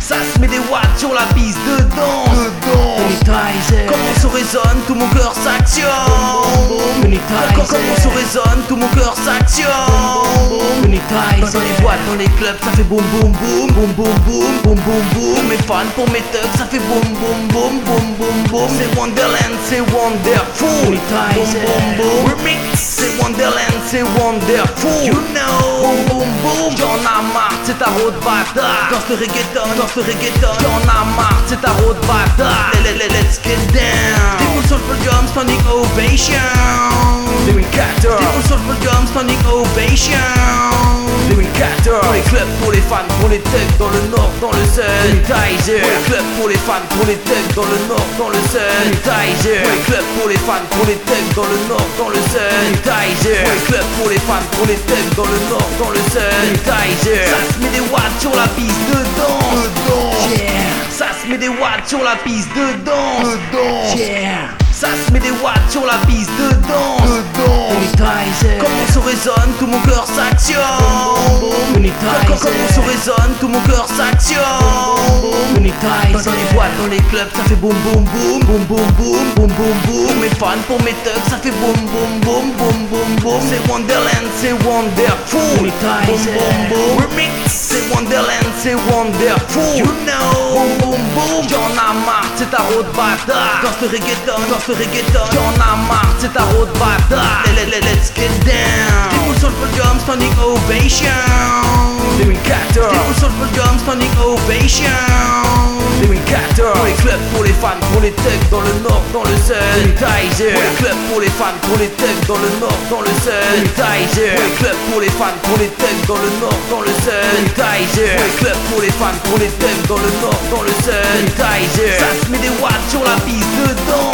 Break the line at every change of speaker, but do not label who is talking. Ça se met des watts sur la piste de danse
Dedans
Monetizer,
Comme on se résonne, tout mon cœur s'actionne Quand
Monetizer,
comme on se résonne, tout mon cœur s'actionne Dans, dans les boîtes, dans les clubs, ça fait boum boum boum Boum boum boum, boum boum boum Mes fans pour mes thugs, ça fait boum boum boum Boum boum boum C'est Wonderland, c'est wonderful
Monetizer.
Boum boum boum Remix C'est Wonderland, c'est wonderful You know Boum boum boum J'en ai marre, c'est ta road bâtard Dans ce reggaeton, dans ce reggaeton J'en ai marre, c'est ta road bâtard Let- let- let- Let's get down Découle sur le podium, standing ovation
2014
Déroule sur le podium, standing ovation
2014
Pour les clubs, pour les fans, pour les thugs Dans le nord, dans le sud Tizer Pour les clubs, pour les fans, pour les thugs Dans le nord, dans le sud Tizer Pour les clubs, pour les fans, pour les thugs Dans le nord, dans le sud Tizer Pour les clubs, pour les fans, pour les thugs Dans le nord, dans le sud Tizer Ça se met des watts sur la piste de danse
Dedans
Ça se met des watts sur la piste de danse
Dedans
yeah,
Ça se met des watts sur la piste de danse
Dedans
Monetizer,
Comme on se résonne, tout mon cœur s'actionne Quand- quand- Comme on se
Monetizer,
résonne, tout mon cœur s'actionne dans, dans les boîtes, dans les clubs, ça fait boum boum boum Boum boum boum, boum boum boum Mes fans pour mes thugs, ça fait boum boum boum Boum boum boum C'est Wonderland, c'est wonderful Boum boum boum Remix C'est Wonderland, c'est wonderful You know Boum boum boum J'en ai marre, c'est ta road bâtard Dans ce reggaeton, dans ce reggaeton J'en ai marre, c'est ta road bâtard Let- let- let- Let's get down Déroule Ah. sur le podium, standing ovation Déroule
2014
sur le podium, standing ovation
2014
pour les clubs, pour les fans, pour les thugs Dans le nord, dans le sud Tizer Pour les clubs, pour les fans, pour les thugs Dans le nord, dans le sud Tizer Pour les clubs, pour les fans, pour les thugs Dans le nord, dans le sud Tizer Pour les clubs, pour les fans, pour les thugs Dans le nord, dans le sud Tizer Ça se met des watts sur la piste de danse